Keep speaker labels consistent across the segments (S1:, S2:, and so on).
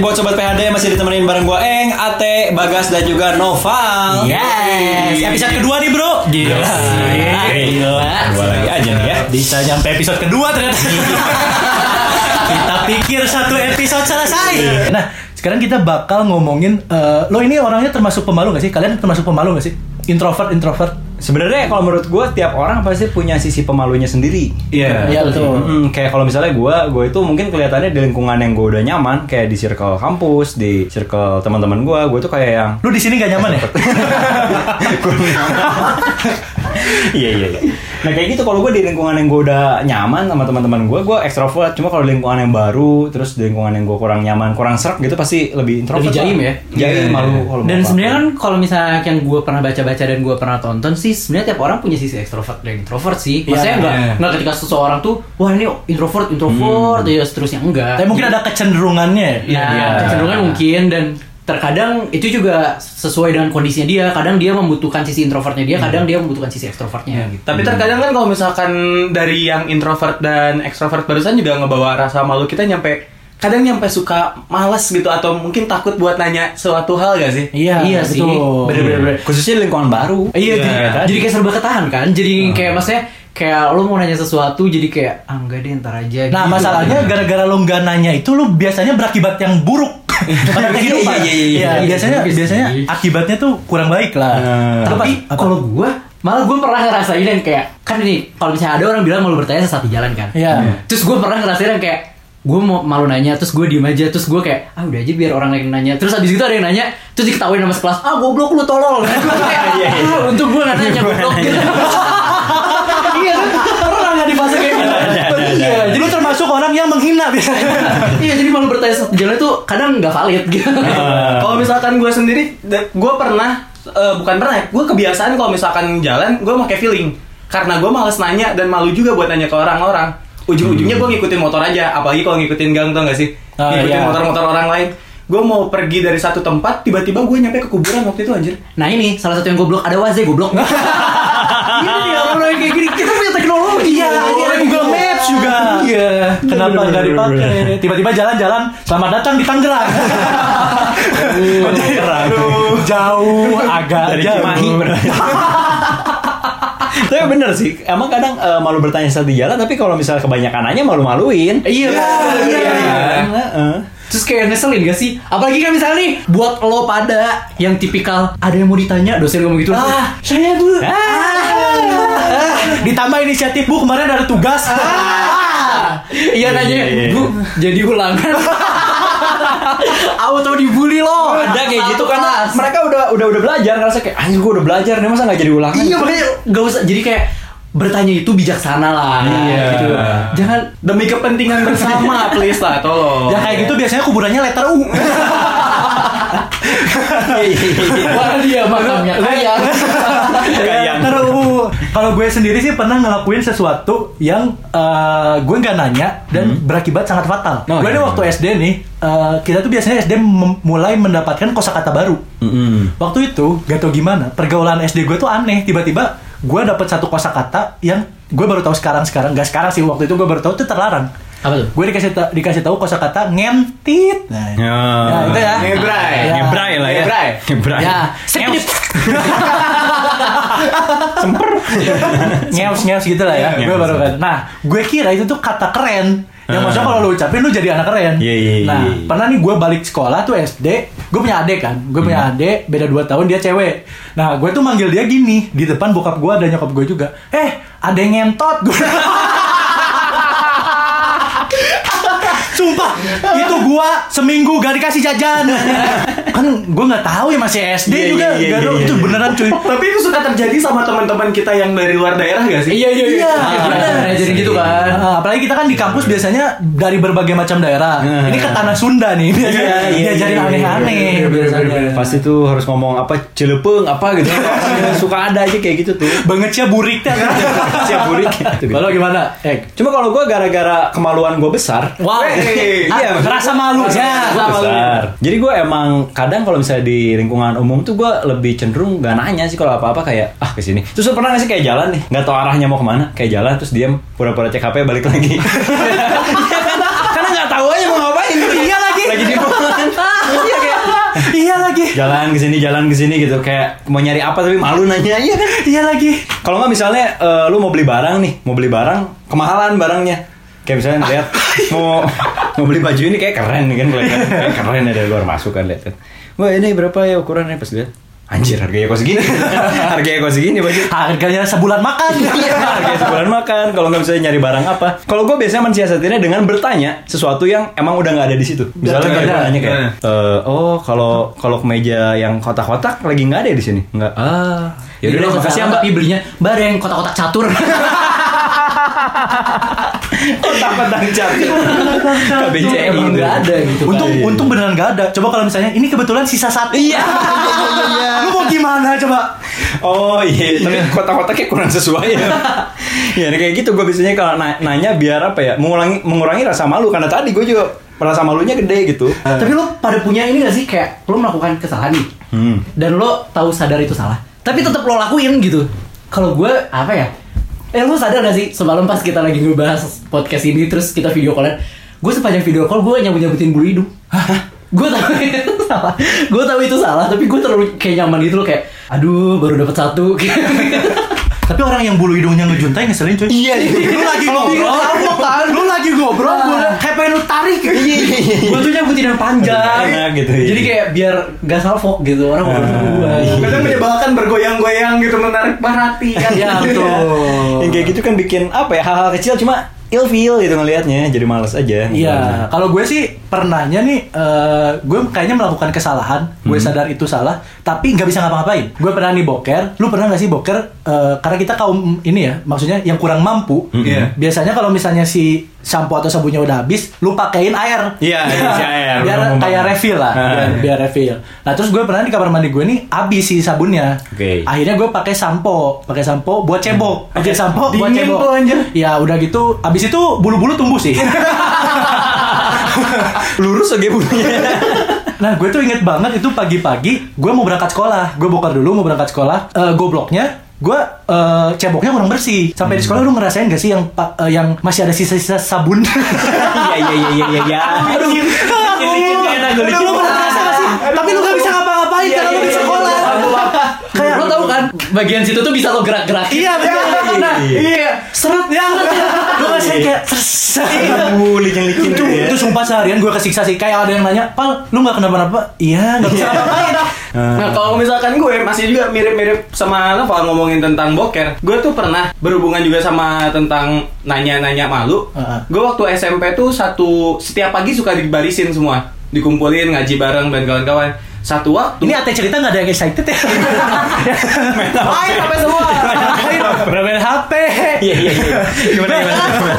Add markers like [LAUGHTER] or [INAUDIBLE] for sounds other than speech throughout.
S1: buat sobat PHD masih ditemenin bareng gue Eng, Ate, Bagas dan juga Noval.
S2: Yes, episode kedua nih bro.
S3: Gila.
S2: Gila.
S1: Dua lagi aja nih ya.
S3: Bisa nyampe episode kedua ternyata.
S2: Kita [LAUGHS] pikir satu episode selesai.
S3: nah, sekarang kita bakal ngomongin eh, lo ini orangnya termasuk pemalu gak sih? Kalian termasuk pemalu gak sih? Introvert, introvert.
S1: Sebenarnya kalau menurut gue tiap orang pasti punya sisi pemalunya sendiri.
S3: Iya. Iya, betul.
S1: Mm, kayak kalau misalnya gue, gue itu mungkin kelihatannya di lingkungan yang gue udah nyaman, kayak di circle kampus, di circle teman-teman gue, gue tuh kayak yang
S3: Lu di sini gak nyaman ya?
S1: [LAUGHS] Iya iya iya. Nah kayak gitu kalau gue di lingkungan yang gue udah nyaman sama teman-teman gue, gue ekstrovert. Cuma kalau di lingkungan yang baru, terus di lingkungan yang gue kurang nyaman, kurang serak gitu pasti lebih introvert.
S4: Lebih jaim
S1: lah.
S4: ya?
S1: Jaim malu kalau
S2: Dan
S1: mau
S2: sebenarnya
S1: apa-apa.
S2: kan kalau misalnya yang gue pernah baca-baca dan gue pernah tonton sih sebenarnya tiap orang punya sisi ekstrovert dan introvert sih. Maksudnya
S4: Iya.
S2: enggak
S4: Iya.
S2: enggak ketika seseorang tuh wah ini introvert introvert ya seterusnya enggak.
S3: Tapi mungkin ada kecenderungannya ya?
S2: Nah,
S1: Iya.
S2: kecenderungan mungkin dan terkadang itu juga sesuai dengan kondisinya dia. Kadang dia membutuhkan sisi introvertnya dia, kadang dia membutuhkan sisi
S1: Iya,
S2: ekstrovertnya gitu.
S4: Tapi terkadang kan kalau misalkan dari yang introvert dan extrovert barusan juga ngebawa rasa malu kita nyampe kadang nyampe suka malas gitu atau mungkin takut buat nanya suatu hal gak sih?
S3: Iya,
S2: Iya sih.
S3: betul. Iya.
S2: Bener-bener.
S1: khususnya di lingkungan baru.
S2: Iya,
S4: Iya,
S2: jadi,
S4: tadi.
S2: jadi kayak serba ketahan kan. Jadi kayak maksudnya kayak lo mau nanya sesuatu jadi kayak ah enggak deh ntar aja.
S3: Nah,
S2: gitu.
S3: masalahnya gara-gara lo nggak nanya itu lo biasanya berakibat yang
S2: [LAUGHS]
S3: buruk pada kehidupan.
S1: Iya, iya, iya,
S3: Iya,
S2: iya.
S3: biasanya
S2: Iya, Nah.
S3: biasanya
S2: iya.
S3: akibatnya tuh kurang baik lah.
S2: tapi kalau gua malah gue pernah ngerasain yang kayak kan ini kalau misalnya ada orang bilang malu bertanya sesat di jalan kan.
S3: Iya.
S2: Terus gue pernah ngerasain yang kayak gue mau malu nanya terus gue diem aja terus gue kayak ah udah aja biar orang lain nanya terus habis itu ada yang nanya terus diketawain sama sekelas ah goblok lu
S3: [LAUGHS]
S2: tolol
S3: Iya,
S2: Nah, gua kayak, [LAUGHS] ah, untung gue gak nanya goblok gitu [LAUGHS] iya kan orang nggak di fase kayak gitu
S3: Iya, jadi lo termasuk orang yang menghina biasanya.
S2: [LAUGHS] iya jadi malu bertanya sesat di jalan itu kadang nggak valid gitu
S3: Ah.
S1: Nah.
S4: Kalau misalkan gue sendiri, gue pernah eh, bukan pernah, gue kebiasaan kalau misalkan jalan gue pakai feeling karena gue malas nanya dan malu juga buat nanya ke orang-orang. Ujung-ujungnya
S1: Hmm.
S4: gue ngikutin motor aja, apalagi kalau ngikutin gang tau gak sih?
S3: Ah,
S4: ngikutin
S3: iya.
S4: motor-motor orang lain. Gue mau pergi dari satu tempat, tiba-tiba gue nyampe ke kuburan waktu itu anjir.
S2: Nah ini salah satu yang goblok ada waze
S3: [LAUGHS]
S2: goblok. Ini dia orang yang kayak gini. Kita punya teknologi
S3: Iya, iya, Google Maps juga. Iya. Kenapa nggak dipakai? Tiba-tiba jalan-jalan, selamat datang di Tangerang. Tangerang. Jauh, agak
S1: Dari
S3: jauh.
S1: Cimahi,
S4: [LAUGHS]
S1: berarti. Tapi bener sih, emang kadang eh, malu bertanya saat di jalan, tapi kalau misalnya kebanyakan nanya malu-maluin.
S2: Iya,
S3: iya,
S2: iya.
S1: Heeh.
S2: Terus kayak ngeselin gak sih? Apalagi kan misalnya nih buat lo pada yang tipikal ada yang mau ditanya dosen ngomong gitu.
S3: Ah, saya bu. Ah. Ah. Ditambah inisiatif bu kemarin ada tugas.
S2: Ah.
S1: Iya,
S2: Iya
S1: iya,
S2: nanya,
S1: iya.
S2: Bu, jadi
S1: [LAUGHS]
S2: ulangan. Auto dibully lo.
S1: ada kayak
S2: Satu
S1: gitu karena
S2: kelas.
S1: mereka udah udah udah belajar ngerasa kayak anjir gue udah belajar nih masa nggak jadi ulangan
S2: Iya makanya gak usah jadi kayak bertanya itu bijaksana lah
S1: Iya.
S2: gitu. Jangan
S4: Demi kepentingan
S1: [LAUGHS]
S4: bersama, please lah, tolong.
S3: Ya kayak gitu biasanya kuburannya letter U.
S1: Iya.
S2: Wah dia makamnya Iya.
S1: [LAUGHS]
S2: kaya.
S1: Kayak-
S3: Iya, Terus uh, kalau gue sendiri sih pernah ngelakuin sesuatu yang eh, gue nggak nanya dan berakibat sangat fatal.
S1: Hmm. Oh, iya,
S3: gue ini
S1: iya.
S3: waktu SD nih, eh, kita tuh biasanya SD mem- mulai mendapatkan kosakata baru.
S1: Hmm.
S3: Waktu itu gak tau gimana pergaulan SD gue tuh aneh. Tiba-tiba gue dapet satu kosakata yang gue baru tahu sekarang sekarang nggak sekarang sih waktu itu gue baru tahu itu terlarang.
S2: Apa tuh?
S3: Gue dikasih ta- dikasih tahu kosakata ngentit. Nah, nah, itu ya.
S4: Ngebrai.
S3: Ya.
S1: Ngebrai lah ya.
S4: Ngebrai.
S1: Ngebrai.
S2: Ya,
S3: Ngeus.
S2: sedip.
S1: [LAUGHS]
S3: ngeus ngeus gitu lah ya.
S1: Iya,
S3: gue
S1: iya,
S3: baru
S1: iya.
S3: kan. Nah, gue kira itu tuh kata keren. Yang
S1: Ah.
S3: maksudnya kalau lu ucapin lu jadi anak keren.
S1: Iya, iya, iya,
S3: nah,
S1: iya.
S3: pernah nih gue balik sekolah tuh SD, gue punya adik kan. Gue punya
S1: Hmm.
S3: adik beda 2 tahun dia cewek. Nah, gue tuh manggil dia gini di depan bokap gue dan nyokap gue juga. Eh, ada yang ngentot gue. [LAUGHS] Sumpah, itu gua seminggu gak dikasih
S1: [LAUGHS]
S3: jajan. kan gua nggak tahu ya masih SD
S1: Iya,
S3: juga.
S1: iya, iya,
S3: Gak tahu,
S1: iya,
S3: itu
S1: iya.
S3: beneran cuy.
S4: Tapi itu suka terjadi sama teman-teman kita yang dari luar daerah gak sih?
S2: Iya iya iya.
S3: Iya,
S2: Bener.
S3: bener.
S2: Jadi gitu kan.
S3: Ah, apalagi kita kan di kampus biasanya dari berbagai macam daerah.
S1: Iya.
S3: Ini ke tanah Sunda nih. Biasanya
S1: Iya, iya, iya,
S3: diajarin
S1: iya,
S3: aneh-aneh.
S1: iya,
S3: biasanya.
S1: Pasti tuh harus ngomong apa celepeng apa [LAUGHS] gitu. Suka ada aja kayak gitu tuh.
S3: Bangetnya ya, burik dah.
S1: [LAUGHS] Siap burik. Gitu,
S3: Kalau gimana? Eh,
S1: Cuma kalau gue gara-gara kemaluan gue besar,
S3: Wow,
S4: Wey.
S3: Ah,
S1: Iya, bener.
S3: rasa malu ya.
S1: Gua besar. Jadi gue emang kadang kalau misalnya di lingkungan umum tuh gue lebih cenderung gak nanya sih kalau apa-apa kayak ah kesini. Terus lu pernah gak sih kayak jalan nih, nggak tahu arahnya mau kemana, kayak jalan terus
S3: [LAUGHS]
S1: diam pura-pura cek HP balik lagi. Karena nggak tahu aja mau ngapain.
S3: Iya lagi.
S1: lagi di
S3: [LAUGHS]
S1: bulan
S2: Iya kayak
S3: iya lagi
S1: jalan ke sini jalan ke sini gitu kayak mau nyari apa tapi malu nanya iya kan
S3: iya lagi
S1: kalau nggak misalnya eh, lu mau beli barang nih mau beli barang kemahalan barangnya kayak
S3: [LAUGHS]
S1: misalnya lihat mau mau beli baju ini kayak keren nih kan kelihatan kayak keren ya dari luar masuk kan lihat kan wah ini berapa ya ukurannya pas lihat anjir harganya kok segini [LAUGHS] harganya kok segini baju
S3: harganya sebulan makan
S1: Iya, harganya sebulan makan. Kalau nggak misalnya nyari barang apa? Kalau gue biasanya mensiasatinya dengan bertanya sesuatu yang emang udah nggak ada di situ. Misalnya kayak gue nanya
S3: Nah.
S1: kayak, "Eh, oh kalau kalau kemeja yang kotak-kotak lagi nggak ada di sini? Nggak. Ah, ya udah,
S2: Yaudah,
S1: makasih ya mbak.
S2: Tapi belinya bareng kotak-kotak catur.
S1: Kotak-kotak cantik. KBCI
S2: Emang
S1: gitu.
S2: nggak ada gitu.
S3: untung
S1: Iya.
S3: untung beneran gak ada coba kalau misalnya ini kebetulan sisa satu [LAUGHS]
S1: Iya.
S3: lu mau gimana coba
S1: Oh iya, tapi kotak-kotaknya kurang sesuai
S3: [LAUGHS]
S1: ya. ya kayak gitu gue biasanya kalau na- nanya biar apa ya mengurangi mengurangi rasa malu karena tadi gue juga rasa malunya gede gitu.
S3: Eh.
S2: Tapi lo pada punya ini gak sih kayak lo melakukan kesalahan nih
S1: Hmm.
S2: dan lo tahu sadar itu salah, tapi tetap lo lakuin gitu. Kalau gue apa ya? Eh lo sadar gak sih semalam pas kita lagi ngebahas podcast ini terus kita video callan, gue sepanjang video call gue nyambut nyambutin bulu hidung. [LAUGHS] gue tahu itu salah, gue tahu itu salah, tapi gue terlalu kayak nyaman gitu lo kayak, aduh baru dapat satu. [LAUGHS]
S3: tapi orang yang bulu hidungnya ngejuntai ngeselin cuy
S1: Iya, kan.
S3: lu lagi ngobrol lu lagi ngobrol
S1: Ah.
S3: gue kayak pengen lu tarik iya,
S2: gue tuh nyabutin yang panjang
S1: Enak gitu, iya.
S2: jadi kayak biar gak salfok gitu orang ngobrol sama
S1: Ah,
S2: gue
S4: Kadang menyebalkan bergoyang-goyang gitu menarik perhatian. kan.
S2: ya betul
S1: [LAUGHS] Yang kayak gitu kan bikin apa ya hal-hal kecil cuma ilfeel gitu ngelihatnya jadi males aja.
S3: Iya, kalau gue sih pernahnya nih, eh, gue kayaknya melakukan kesalahan, gue
S1: Hmm.
S3: sadar itu salah, tapi nggak bisa ngapa-ngapain. Gue pernah nih boker, lu pernah nggak sih boker? Eh, karena kita kaum ini ya, maksudnya yang kurang mampu,
S1: Mm-mm. Iya.
S3: biasanya kalau misalnya si shampoo atau sabunnya udah habis, lu pakein air.
S1: Iya, si air,
S3: Biar
S1: bener-bener.
S3: kayak refill lah,
S1: Ah.
S3: biar, biar refill. Nah terus gue pernah di kamar mandi gue nih habis si sabunnya.
S1: Oke. Hmm.
S3: Akhirnya gue pakai sampo, pakai sampo buat cebok, pakai sampo buat
S4: Dingin
S3: cebok.
S4: tuh, anjir.
S3: Ya udah gitu, abis itu bulu-bulu tumbuh sih.
S1: [LAUGHS] [LAUGHS] Lurus aja bulunya.
S3: Nah, gue tuh inget banget itu pagi-pagi gue mau berangkat sekolah. Gue boker dulu mau berangkat sekolah. Eh, gobloknya gue eh, ceboknya kurang bersih. Sampai di sekolah lu ngerasain gak sih yang pa- eh, yang masih ada sisa-sisa sabun?
S1: [LAUGHS]
S3: [LAUGHS]
S1: Iya iya iya iya iya. iya.
S3: Aduh,
S1: licin, licin, gak enak, gak
S3: Aduh,
S1: licin.
S3: lu pernah ngerasa gak sih? Tapi lu gak bisa ngapa-ngapain karena lu di sekolah.
S2: kayak lo tau kan bagian situ tuh bisa lo gerak-gerak
S3: Iya betul. Nah, iya seret ya. Gue ngerasain kayak seret.
S1: Aduh, licin-licin
S3: itu,
S1: gitu ya.
S3: itu sumpah seharian gue kesiksa sih kayak ada yang nanya pal lu nggak kenapa-napa iya nggak bisa ngapain
S4: Nah kalau misalkan gue masih juga mirip-mirip sama lo kalau ngomongin tentang boker Gue tuh pernah berhubungan juga sama tentang nanya-nanya malu
S3: Heeh.
S4: Gue waktu SMP tuh satu, setiap pagi suka dibarisin semua Dikumpulin, ngaji bareng dan kawan-kawan Satu waktu
S3: ini ate cerita nggak ada yang excited ya
S4: main sampai semua
S3: Udah main HP
S1: Iya iya iya. Gimana gimana? gimana?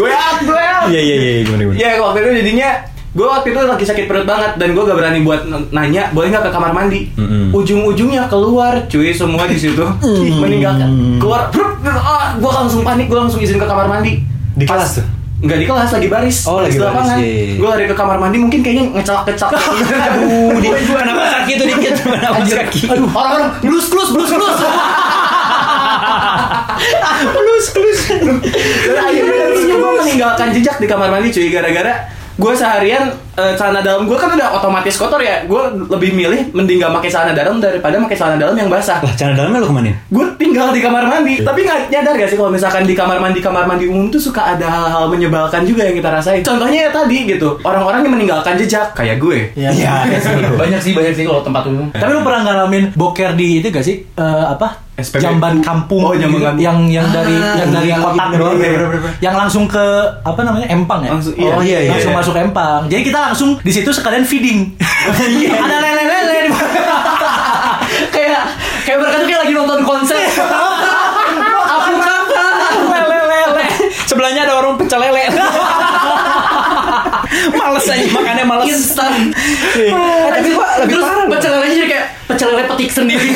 S4: Gue out, gue out
S1: [LAUGHS] Iya iya iya gimana gimana?
S4: Iya waktu itu jadinya gue waktu itu lagi sakit perut banget dan gue gak berani buat n- nanya boleh nggak ke kamar mandi
S1: Mm-mm.
S4: ujung-ujungnya keluar cuy semua di situ [LAUGHS] meninggalkan keluar brup, ah gue langsung panik gue langsung izin ke kamar mandi
S1: Di kelas tuh?
S4: nggak di kelas lagi baris
S1: Oh, lagi
S4: di
S1: baris,
S4: lapangan
S1: iya, iya.
S4: gue lari ke kamar mandi mungkin kayaknya ngecelak kecak
S1: [LAUGHS] Aduh, di, kenapa kaki tuh dikit? Kenapa kaki?
S2: aduh orang-orang blus blus blus blus
S1: Pelus, pelus.
S4: Dan akhirnya gue meninggalkan jejak di kamar mandi cuy gara-gara gue seharian eh, celana dalam gue kan udah otomatis kotor ya gue lebih milih mending gak pakai celana dalam daripada pakai celana dalam yang basah
S1: Lah, celana dalamnya lu kemana?
S4: gue tinggal di kamar mandi tapi nggak nyadar gak sih kalau misalkan di kamar mandi kamar mandi umum tuh suka ada hal-hal menyebalkan juga yang kita rasain contohnya ya tadi gitu orang-orang yang meninggalkan jejak kayak gue
S3: Iya.
S1: [LAUGHS]
S2: banyak sih banyak sih kalau tempat umum
S3: Tapi lu pernah ngalamin boker di itu gak sih? Eh, apa?
S4: SPBU.
S3: Jamban kampung.
S4: Oh, jamban
S3: gitu.
S4: kampung.
S3: Yang yang dari yang dari
S1: iya,
S3: kotak
S1: iya,
S3: doang.
S1: iya, iya, iya, iya.
S3: Yang langsung ke apa namanya? Empang ya?
S4: Langsung-
S1: iya,
S3: oh
S1: iya,
S3: iya,
S1: iya.
S3: Langsung masuk empang. Jadi kita langsung di situ sekalian
S1: [LAUGHS]
S3: feeding.
S1: Iya.
S3: Ada lele-lele di
S2: [LAUGHS] kayak kayak mereka tuh kayak lagi nonton [LAUGHS] konser kan, aku kakak
S1: Lele. Sebelahnya ada orang pecel
S2: [LAUGHS]
S1: lele. males aja makannya males.
S2: instan Iya. Oh, Eh,
S1: Tapi gua lebih
S2: terus
S1: parah loh.
S2: pecel lele jadi kayak pecel lele petik sendiri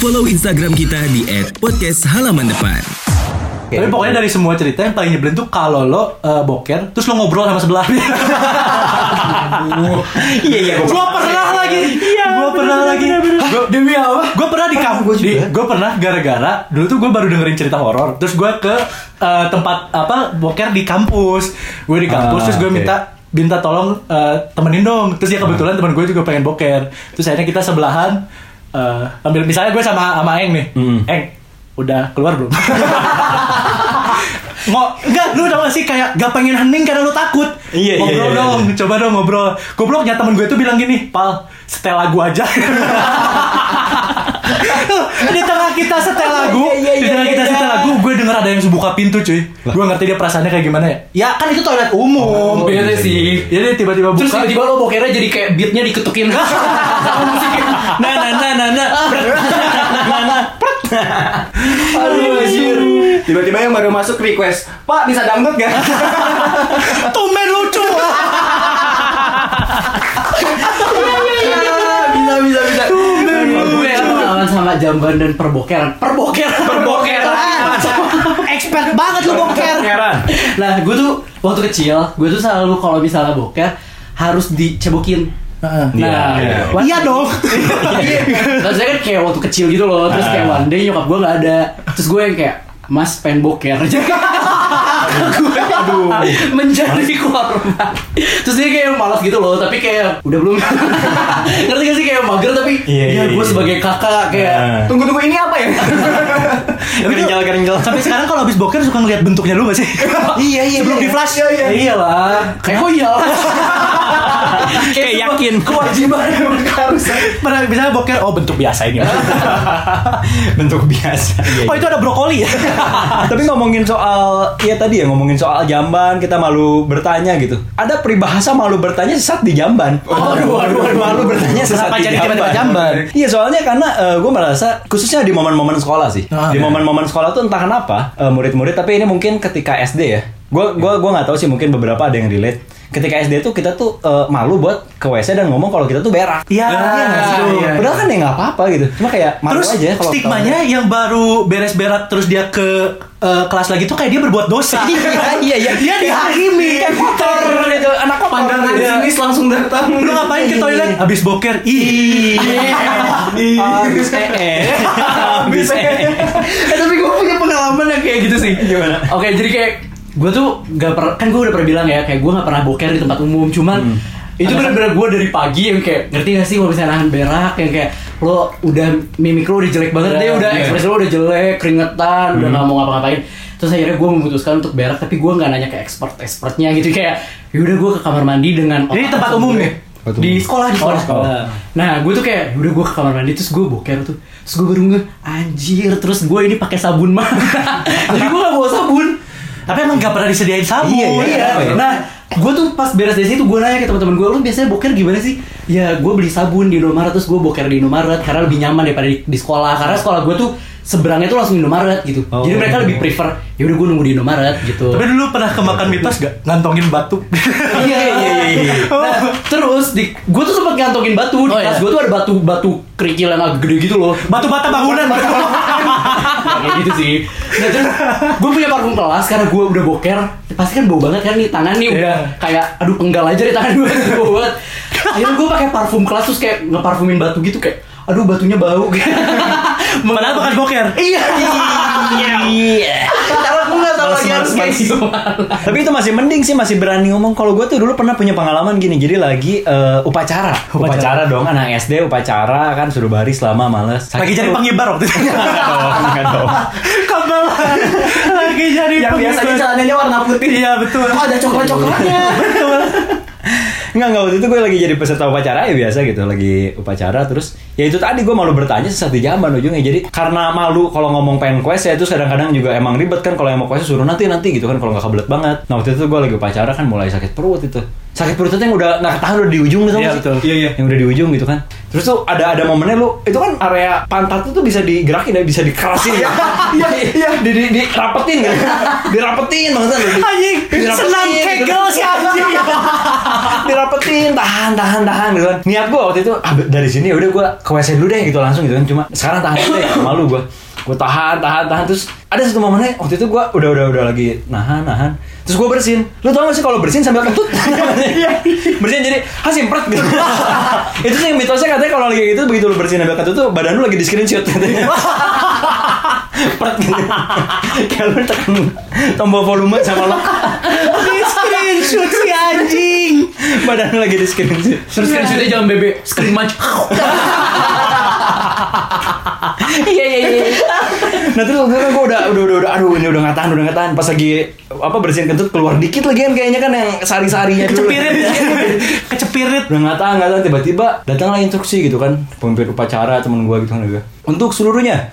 S5: Follow Instagram kita di @podcast halaman depan.
S3: Tapi pokoknya dari semua cerita yang paling nyebelin tuh kalau lo eh, boker terus lo ngobrol sama sebelah.
S1: Iya iya. gua-
S3: gua pernah lagi. gua pernah lagi. Gua-
S2: Demi apa?
S3: Gue pernah di kampus, di, gue pernah gara-gara dulu tuh gue baru dengerin cerita horor, terus gue ke eh, tempat apa boker di kampus, gue di kampus,
S1: Ah,
S3: terus gue
S1: oke. Ah.
S3: minta minta tolong eh, temenin dong, terus dia kebetulan teman gue juga pengen boker, terus akhirnya kita sebelahan, eh, ambil misalnya gue sama sama Eng nih,
S1: Hmm.
S3: Eng udah keluar belum? [LAUGHS] Mau enggak lu tau gak sih kayak gak pengen hening karena lu takut.
S1: Iya, iya,
S3: ngobrol
S1: iya, iya.
S3: dong, coba dong ngobrol. Gobloknya temen gue tuh bilang gini, "Pal, setel lagu aja." [LAUGHS] Tuh, di tengah kita setel lagu,
S1: Iya,
S3: di tengah kita setel lagu, gue denger ada yang buka pintu, cuy. Gue ngerti dia perasaannya kayak gimana ya.
S1: Iya.
S3: Ya kan itu toilet umum.
S2: [LAUGHS] Oh, iya sih.
S3: Jadi tiba-tiba buka.
S2: Terus
S3: [LAUGHS]
S2: tiba-tiba lo bokernya jadi kayak beatnya [LAUGHS] diketukin Nah, Sama musiknya.
S1: Nah nah nah nah nah. Nah nah.
S4: Aduh, anjir. Tiba-tiba yang baru masuk request, Pak bisa dangdut gak?
S3: Tumben
S1: [LAUGHS]
S3: lucu.
S4: bisa, bisa, bisa.
S2: Gue yang pengalaman sama jamban dan perbokeran Perbokeran Perbokeran
S3: Expert banget lu boker.
S1: Heran.
S2: Nah gue tuh waktu kecil Gue tuh selalu kalau misalnya boker Harus dicebokin
S1: Iya,
S2: Nah,
S1: iya.
S2: one-
S3: Iya
S2: [LAUGHS]
S3: dong.
S2: Terus saya kan kayak waktu kecil gitu loh Terus kayak
S1: Ah.
S2: one day nyokap gue gak ada Terus gue yang kayak Mas pengen boker [LAUGHS] Gue menjadi korban Terus dia kayak malas gitu loh Tapi kayak udah belum [LAUGHS] Ngerti gak sih kayak mager tapi
S1: Iya, iya,
S2: Ya gue
S1: iya.
S2: sebagai kakak
S1: Ah.
S2: kayak
S4: Tunggu-tunggu ini apa ya?
S1: Kerinjal kerinjal.
S3: Sampai sekarang kalau habis boker suka ngeliat bentuknya dulu gak sih?
S1: Iya iya.
S3: Sebelum di flash.
S4: Iya, iya.
S2: Ya iyalah Kayak oh iya
S1: [LAUGHS] Kayak yakin.
S2: Kewajiban
S4: Harus.
S3: [LAUGHS] Pernah bisa boker, oh bentuk biasa ini.
S1: Bentuk biasa. Iya,
S3: Oh
S1: iya.
S3: itu ada brokoli ya?
S1: [LAUGHS] Tapi ngomongin soal ya tadi ya ngomongin soal jamban kita malu bertanya gitu. Ada peribahasa malu bertanya sesat di jamban.
S3: Oh,
S2: Waduh, waduh, waduh.
S1: malu bertanya sesat
S3: Kenapa
S1: di
S3: jadi tiba-tiba jamban?
S1: Iya soalnya karena gue merasa khususnya di momen-momen sekolah sih.
S3: Ah,
S1: di
S3: iya.
S1: momen-momen sekolah tuh entah kenapa eh, murid-murid tapi ini mungkin ketika SD ya. Gue gua gua nggak tahu sih mungkin beberapa ada yang relate. Ketika SD tuh kita tuh eh, malu buat ke WC dan ngomong kalau kita tuh berak.
S3: Iya,
S1: nggak sih?
S3: betul.
S1: Padahal kan ya nggak apa-apa gitu. Cuma kayak malu aja
S3: terus
S1: kalau ketahuan.
S3: stigmanya yang baru beres berat terus dia ke eh, kelas lagi tuh kayak dia berbuat dosa.
S1: [LAUGHS] iya iya
S3: dia dihakimi.
S1: Kayak kotor gitu anak kotor
S4: Pandangan
S1: Iya.
S4: sinis langsung datang.
S3: Lu ngapain ke toilet? Habis boker. Ih.
S1: Iya. Abis ee Abis ee
S2: [LAUGHS] eh tapi gue punya pengalaman yang kayak gitu sih
S1: Gimana?
S2: oke jadi kayak gue tuh gak pernah kan gue udah pernah bilang ya kayak gue gak pernah boker di tempat umum cuman
S3: Hmm.
S2: itu bener-bener gue dari pagi yang kayak ngerti gak sih kalau misalnya nahan berak yang kayak lo udah mimik lo udah jelek
S3: Iya,
S2: banget deh udah ekspresi lo udah jelek keringetan udah
S3: Hmm.
S2: gak mau ngapa-ngapain terus akhirnya gue memutuskan untuk berak tapi gue nggak nanya ke expert expertnya gitu kayak yaudah gue ke kamar mandi dengan
S3: Ini
S2: otak
S3: tempat
S2: langsung
S3: umum ya?
S2: gue.
S3: nih?
S1: Tempat
S2: di
S1: umum.
S2: sekolah di sekolah,
S1: Oh, sekolah.
S2: Nah, gue tuh kayak udah gue ke kamar mandi terus gue boker tuh. Terus gue baru nge anjir, terus gue ini pakai sabun mana? [LAUGHS] Jadi gue gak bawa sabun.
S3: Tapi emang gak pernah disediain sabun.
S1: Iya, iya. Kenapa ya?
S2: Nah, gue tuh pas beres dari situ gue nanya ke teman-teman gue, lu biasanya boker gimana sih? Ya, gue beli sabun di Indomaret terus gue boker di Indomaret karena lebih nyaman daripada di, di sekolah. Karena sekolah gue tuh seberangnya tuh langsung Indomaret gitu.
S1: Oh.
S2: Jadi mereka lebih prefer ya udah gue nunggu di Indomaret gitu.
S3: Tapi dulu pernah kemakan mitos gak? Ngantongin batu.
S2: iya iya iya. Nah, terus di gue tuh sempet ngantongin batu di
S3: Oh,
S2: kelas
S3: iya.
S2: gue tuh ada batu batu kerikil yang agak gede gitu loh.
S3: batu bata bangunan.
S2: Nah, kayak gitu sih. Nah, terus gue punya parfum kelas karena gue udah boker, pasti kan bau banget kan nih tangan nih udah
S3: Iya.
S2: kayak aduh penggal aja di tangan gue bau banget. Akhirnya gue pakai parfum kelas terus kayak ngeparfumin batu gitu kayak aduh batunya bau.
S3: Padahal bukan boker.
S2: Iya. Iya. Cara gue nggak tahu
S1: Males,
S2: lagi harus
S1: males,
S2: kayak gitu.
S1: males.
S2: gimana.
S1: Tapi itu masih mending sih masih berani ngomong kalau gue tuh dulu pernah punya pengalaman gini jadi lagi eh, upacara. upacara dong anak SD upacara kan suruh baris lama males
S3: Lagi jadi pengibar waktu itu.
S1: Enggak dong, [LAUGHS] enggak dong.
S3: Kabelan. Lagi jadi
S4: Yang biasanya
S3: pengibar.
S4: celananya warna putih.
S3: Iya betul.
S4: Kok ada coklat-coklatnya?
S1: Enggak, enggak waktu itu gue lagi jadi peserta upacara ya biasa gitu lagi upacara terus ya itu tadi gue malu bertanya sesat di zaman ujungnya jadi karena malu kalau ngomong pengen quest ya terus kadang-kadang juga emang ribet kan kalau yang mau quest suruh nanti nanti gitu kan kalau nggak kebelet banget nah waktu itu gue lagi upacara kan mulai sakit perut itu sakit perut itu yang udah nah ketahan udah di ujung gitu
S3: Iya, betul.
S1: iya iya yang udah di ujung gitu kan terus tuh ada ada momennya lu itu kan area pantat tuh bisa digerakin ya bisa dikerasin ya iya iya [LAUGHS] di, di, dirapetin kan dirapetin banget kan di-
S3: Anjing,
S1: dirapetin,
S3: senam
S1: gitu.
S3: kegel si anjing.
S1: [LAUGHS] dirapetin tahan tahan tahan gitu kan ya niat gue waktu itu ah, dari sini udah gue ke WC dulu deh gitu langsung gitu kan cuma sekarang tahan dulu deh malu gue gue tahan tahan tahan terus ada satu momennya waktu itu gue udah udah udah lagi nahan nahan terus gue bersin lu tau gak sih kalau bersin sambil
S3: [LAUGHS]
S1: kentut
S3: Iya,
S1: bersin jadi hasil simpret gitu itu sih yang mitosnya katanya kalau lagi gitu begitu lu bersin sambil kentut tuh badan lu lagi di screenshot
S3: [LAUGHS]
S1: katanya pret gitu [LAUGHS] kayak lu tekan tombol volume sama lock di screenshot si anjing badan lu lagi di screenshot
S2: Terus kan sudah jalan bebek, screen match. [LAUGHS]
S1: iya iya iya nah terus waktu itu kan gue udah udah udah udah aduh ini udah nggak tahan udah nggak tahan pas lagi apa bersihin kentut keluar dikit lagi kan kayaknya kan yang sari sarinya
S3: Kecepirit, kecepirit.
S1: [LAUGHS] udah nggak tahan nggak tahan tiba-tiba datanglah instruksi gitu kan pemimpin upacara teman gue gitu kan juga untuk seluruhnya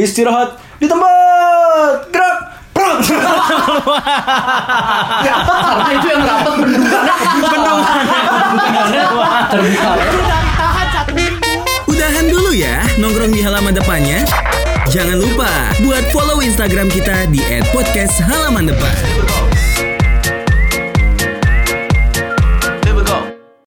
S1: istirahat di tempat gerak Prok! [LAUGHS]
S2: Karena itu yang rapat bendungannya bendungannya terbuka.
S5: Udahan dulu ya nongkrong di halaman depannya. Jangan lupa buat follow Instagram kita di @podcast halaman depan.